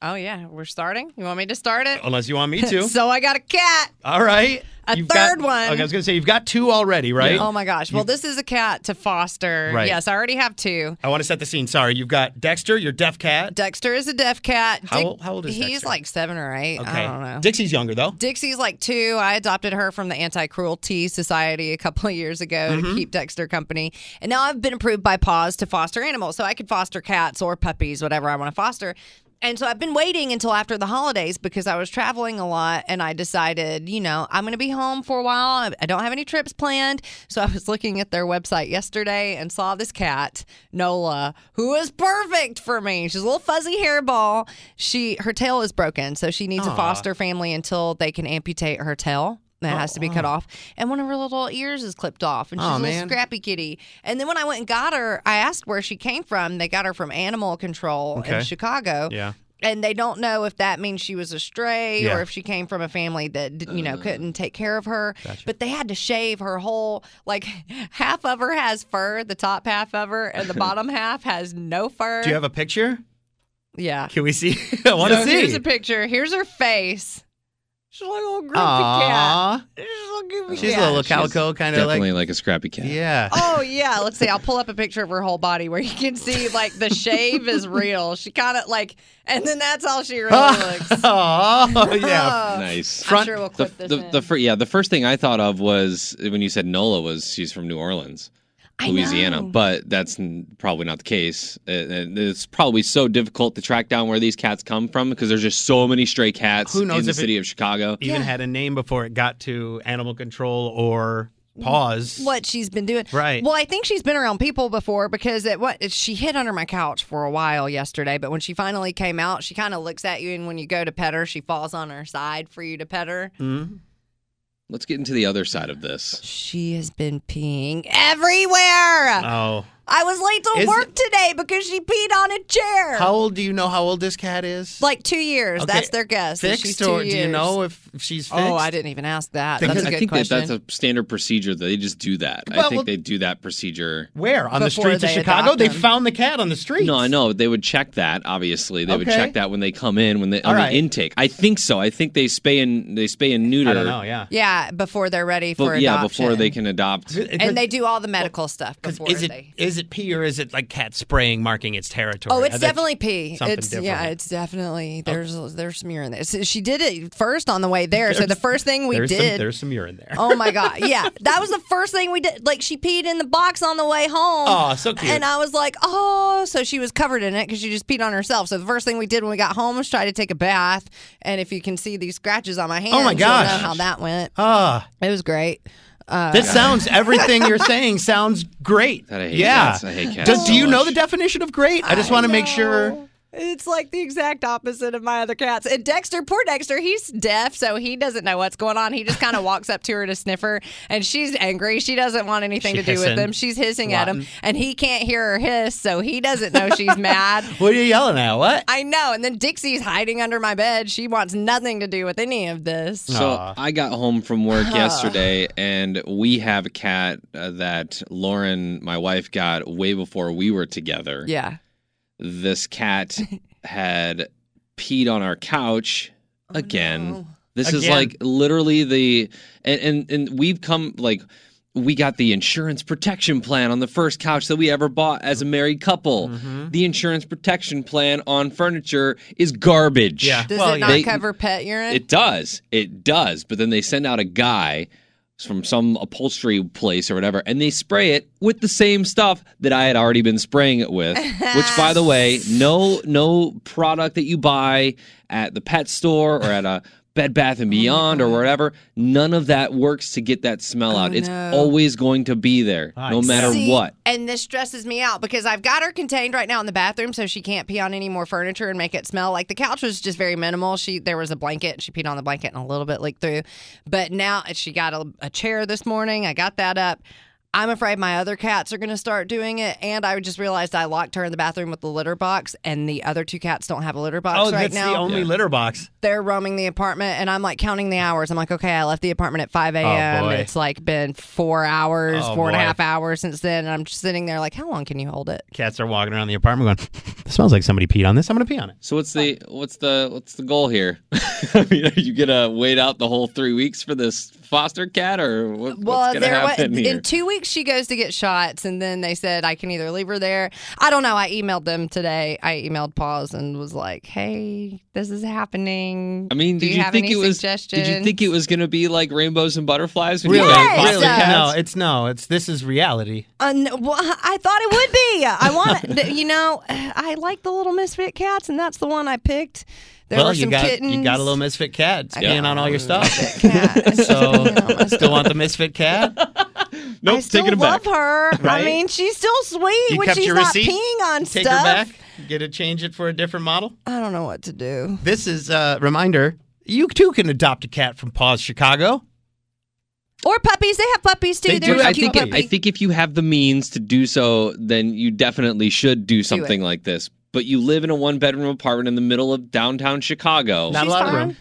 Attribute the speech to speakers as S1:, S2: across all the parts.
S1: Oh, yeah. We're starting. You want me to start it?
S2: Unless Oh, you want me to.
S1: So I got a cat.
S2: All right.
S1: A
S2: You've
S1: third
S2: got-
S1: one.
S2: Okay, I was going to say, you've got two already, right?
S1: Oh, my gosh. Well, this is a cat to foster.
S2: Right.
S1: Yes, I already have two.
S2: I want to set the scene. Sorry. You've got Dexter, your deaf cat.
S1: Dexter is a deaf cat.
S2: How ol- how old is
S1: He's
S2: Dexter?
S1: like seven or eight. I don't know.
S2: Dixie's younger, though.
S1: Dixie's like two. I adopted her from the Anti Cruelty Society a couple of years ago
S2: Mm-hmm.
S1: to keep Dexter company. And now I've been approved by PAWS to foster animals. So I could foster cats or puppies, whatever I want to foster. And so I've been waiting until after the holidays because I was traveling a lot and I decided, you know, I'm going to be home for a while. I- I don't have any trips planned. So I was looking at their website yesterday and saw this cat, Nola, who is perfect for me. She's a little fuzzy hairball. She her tail is broken, so she needs a foster family until they can amputate her tail. That has to be cut off. And one of her little ears is clipped off. And she's
S2: Oh.
S1: a
S2: Aw,
S1: little
S2: man.
S1: scrappy kitty. And then when I went and got her, I asked where she came from. They got her from animal control
S2: Okay.
S1: in Chicago.
S2: Yeah.
S1: And they don't know if that means she was a stray
S2: Yeah. Uh,
S1: or if she came from a family that d- you know couldn't take care of her. But they had to shave her whole like half of her has fur, the top half of her, and the bottom half has no fur.
S2: Do you have a picture?
S1: yeah.
S2: Can we see? I want to
S1: So
S2: see.
S1: Here's a picture. Here's her face. She's like a little groupie cat.
S2: Aw.
S1: She's a little goofy
S2: She's
S1: cat.
S2: a little calico, kind of
S3: Definitely
S2: like.
S3: like, a scrappy cat.
S2: Yeah.
S1: Oh yeah, let's see. I'll pull up a picture of her whole body where you can see like the shave is real. She kind of like, and then that's all she really looks.
S2: Aw, yeah.
S1: Oh.
S3: Nice.
S1: Uh, I'm sure we'll
S3: the,
S1: clip this
S3: the,
S1: in.
S3: the fir- yeah, the first thing I thought of was when you said Nola was she's from New Orleans,
S1: I
S3: Louisiana,
S1: know.
S3: but that's n- probably not the case. Uh, and it's probably so difficult to track down where these cats come from because there's just so many stray cats
S2: Who knows
S3: in the
S2: if it-
S3: city of Chicago.
S2: Even had a name before it got to animal control or pause.
S1: what she's been doing.
S2: Right.
S1: Well, I think she's been around people before because it what she hid under my couch for a while yesterday, but when she finally came out, she kind of looks at you and when you go to pet her, she falls on her side for you to pet her.
S2: Mm.
S3: Let's get into the other side of this.
S1: She has been peeing everywhere.
S2: Oh.
S1: I was late to
S2: Is-
S1: work today because she peed on a chair.
S2: How old do you know how old this cat is?
S1: like 2 years.
S2: Okay.
S1: That's their guess. that
S2: Fixed
S1: she's two
S2: or do you
S1: years.
S2: know if, if she's fixed?
S1: Oh, I didn't even ask that.
S2: Because
S1: That's a
S3: I
S1: good
S3: think
S1: question.
S3: that that's a standard procedure. That they just do that. I
S2: Well,
S3: think
S2: well-
S3: they do that procedure.
S2: Where on the
S1: Before
S2: streets of
S1: they
S2: Chicago?
S1: adopt
S2: They
S1: them.
S2: found the cat on the streets.
S3: No, I know they would check that. Obviously, they would
S2: Okay.
S3: check that when they come in, when they
S2: All
S3: on
S2: right.
S3: the intake. I think so. I think they spay and they spay and neuter.
S2: I don't know. Yeah.
S1: yeah, before they're ready for
S3: But, yeah,
S1: adoption.
S3: before they can adopt.
S1: And they do all the medical stuff
S2: Because
S1: before
S2: is it
S1: they.
S2: is it pee or is it like cat spraying marking its territory?
S1: Oh,
S2: I
S1: it's
S2: bet
S1: definitely pee.
S2: uh, something
S1: It's yeah,
S2: different. Oh.
S1: it's definitely there's there's some urine there. So she did it first on the way there. So the first thing we
S2: there's Some,
S1: did.
S2: there's some urine there.
S1: oh my god, yeah, that was the first thing we did. Like she peed in the box on the way home.
S2: Aw, so cute.
S1: And I was like, oh, so she was covered in it because she just peed on herself. So the first thing we did when we got home was try to take a bath. And if you can see these scratches on my hands,
S2: Oh my
S1: you'll know
S2: gosh.
S1: how that went.
S2: Ah,
S1: It was great.
S2: this sounds everything you're saying sounds great.
S3: That I hate
S2: yeah.
S3: cats. I hate cats
S2: Does,
S3: so
S2: do you know
S3: much.
S2: the definition of great? I just want to make sure.
S1: It's like the exact opposite of my other cats. And Dexter, poor Dexter, he's deaf, so he doesn't know what's going on. He just kind of walks up to her to sniff her, and she's angry. She doesn't want anything
S2: She
S1: to do with
S2: hissing.
S1: him. She's hissing at him,
S2: Wanting.
S1: and he can't hear her hiss, so he doesn't know she's mad.
S2: What are you yelling at? What?
S1: I know. And then Dixie's hiding under my bed. She wants nothing to do with any of this.
S3: So
S2: Aw.
S3: I got home from work yesterday, and we have a cat uh, that Lauren, my wife, got way before we were together.
S1: Yeah.
S3: This cat had peed on our couch again. This is
S2: Again.
S3: like literally the and, and and we've come like we got the insurance protection plan on the first couch that we ever bought as a married couple.
S2: Mm-hmm.
S3: The insurance protection plan on furniture is garbage.
S2: Yeah.
S1: Does
S2: Well,
S1: it not
S3: they-
S1: cover pet urine?
S3: It does. It does. But then they send out a guy from some upholstery place or whatever, and they spray it with the same stuff that I had already been spraying it with. which, by the way, no no product that you buy at the pet store or at a Bed Bath and Beyond or wherever. None of that works to get that smell out. It's always going to be there, no
S2: Nice.
S3: matter
S1: See,
S3: what.
S1: And this stresses me out because I've got her contained right now in the bathroom, so she can't pee on any more furniture and make it smell. Like the couch was just very minimal. She there was a blanket. She peed on the blanket and a little bit leaked through. But now uh, she got a, a chair this morning. I got that up. I'm afraid my other cats are going to start doing it, and I just realized I locked her in the bathroom with the litter box, and the other two cats don't have a litter box
S2: Oh,
S1: right
S2: that's
S1: now.
S2: the only litter box.
S1: They're roaming the apartment, and I'm like counting the hours. I'm like, okay, I left the apartment at 5 a.m.
S2: Oh, boy.
S1: it's like been four hours,
S2: Oh,
S1: four and a
S2: boy.
S1: half hours since then. And I'm just sitting there like, how long can you hold it?
S2: Cats are walking around the apartment going, "This smells like somebody peed on this. I'm gonna pee on it."
S3: So what's the what's the what's the goal here? I mean, are you gonna wait out the whole three weeks for this foster cat, or what, what's gonna
S1: there wa-
S3: happen here?
S1: in two weeks she goes to get shots, and then they said I can either leave her there. I don't know. I emailed them today. I emailed pause and was like, hey, this is happening.
S3: I mean,
S1: do
S3: did
S1: you,
S3: you,
S1: have
S3: think
S1: any
S3: it was?
S1: suggestions?
S3: Did you think it was going to be like rainbows and butterflies? When You
S1: Really?
S3: had
S1: Yes.
S3: foster
S1: Really?
S3: cats?
S2: No, it's no, it's this is reality.
S1: Uh, no, well, I thought it would be. I want, th- you know, I like the little misfit cats, and that's the one I picked. There
S2: well,
S1: were some
S2: you got
S1: kittens.
S2: you got a little misfit cat It's peeing on all your stuff.
S1: cat.
S2: So
S1: You know, it's-
S2: still want the misfit cat?
S3: Nope,
S1: I still
S3: taking it
S1: love
S3: back.
S1: her. I
S2: Right?
S1: mean, she's still sweet
S2: You
S1: when
S2: kept
S1: she's
S2: your
S1: not
S2: receipt?
S1: peeing on
S2: Take
S1: stuff.
S2: her back. Get it, change it for a different model.
S1: I don't know what to do.
S2: This is a reminder. You too can adopt a cat from Paws Chicago.
S1: Or puppies. They have puppies too.
S2: They
S1: There's
S2: do.
S1: a
S3: I
S1: cute
S3: think
S1: puppy.
S3: I think if you have the means to do so, then you definitely should do something like this. But you live in a one bedroom apartment in the middle of downtown Chicago.
S2: Not
S1: She's
S2: a lot
S1: fine.
S2: of room.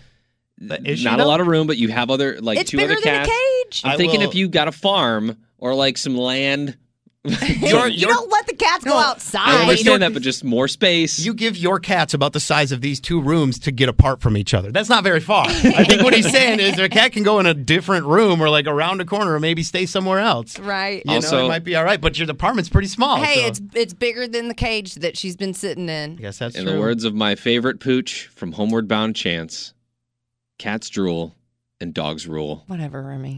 S2: But is she
S3: Not a
S2: though?
S3: lot of room, but you have other like
S1: it's
S3: two
S1: bigger
S3: other
S1: than a
S3: cats.
S1: cage.
S3: I'm
S2: I
S3: thinking
S2: will-
S3: if you got a farm or like some land,
S2: Your-
S1: you
S2: your-
S1: don't let the cats go
S2: No,
S3: I
S1: outside.
S2: but
S3: understand
S2: you're-
S3: that, but just more space.
S2: You give your cats about the size of these two rooms to get apart from each other. That's not very far. I think what he's saying is their cat can go in a different room or like around a corner or maybe stay somewhere else.
S1: Right.
S2: You know,
S3: Also-
S2: it might be all right, but your apartment's pretty small.
S1: Hey,
S2: so-
S1: it's it's bigger than the cage that she's been sitting in.
S2: I guess that's
S3: in
S2: true.
S3: the words of my favorite pooch from Homeward Bound Chance, cats drool and dogs rule.
S1: Whatever, Remy.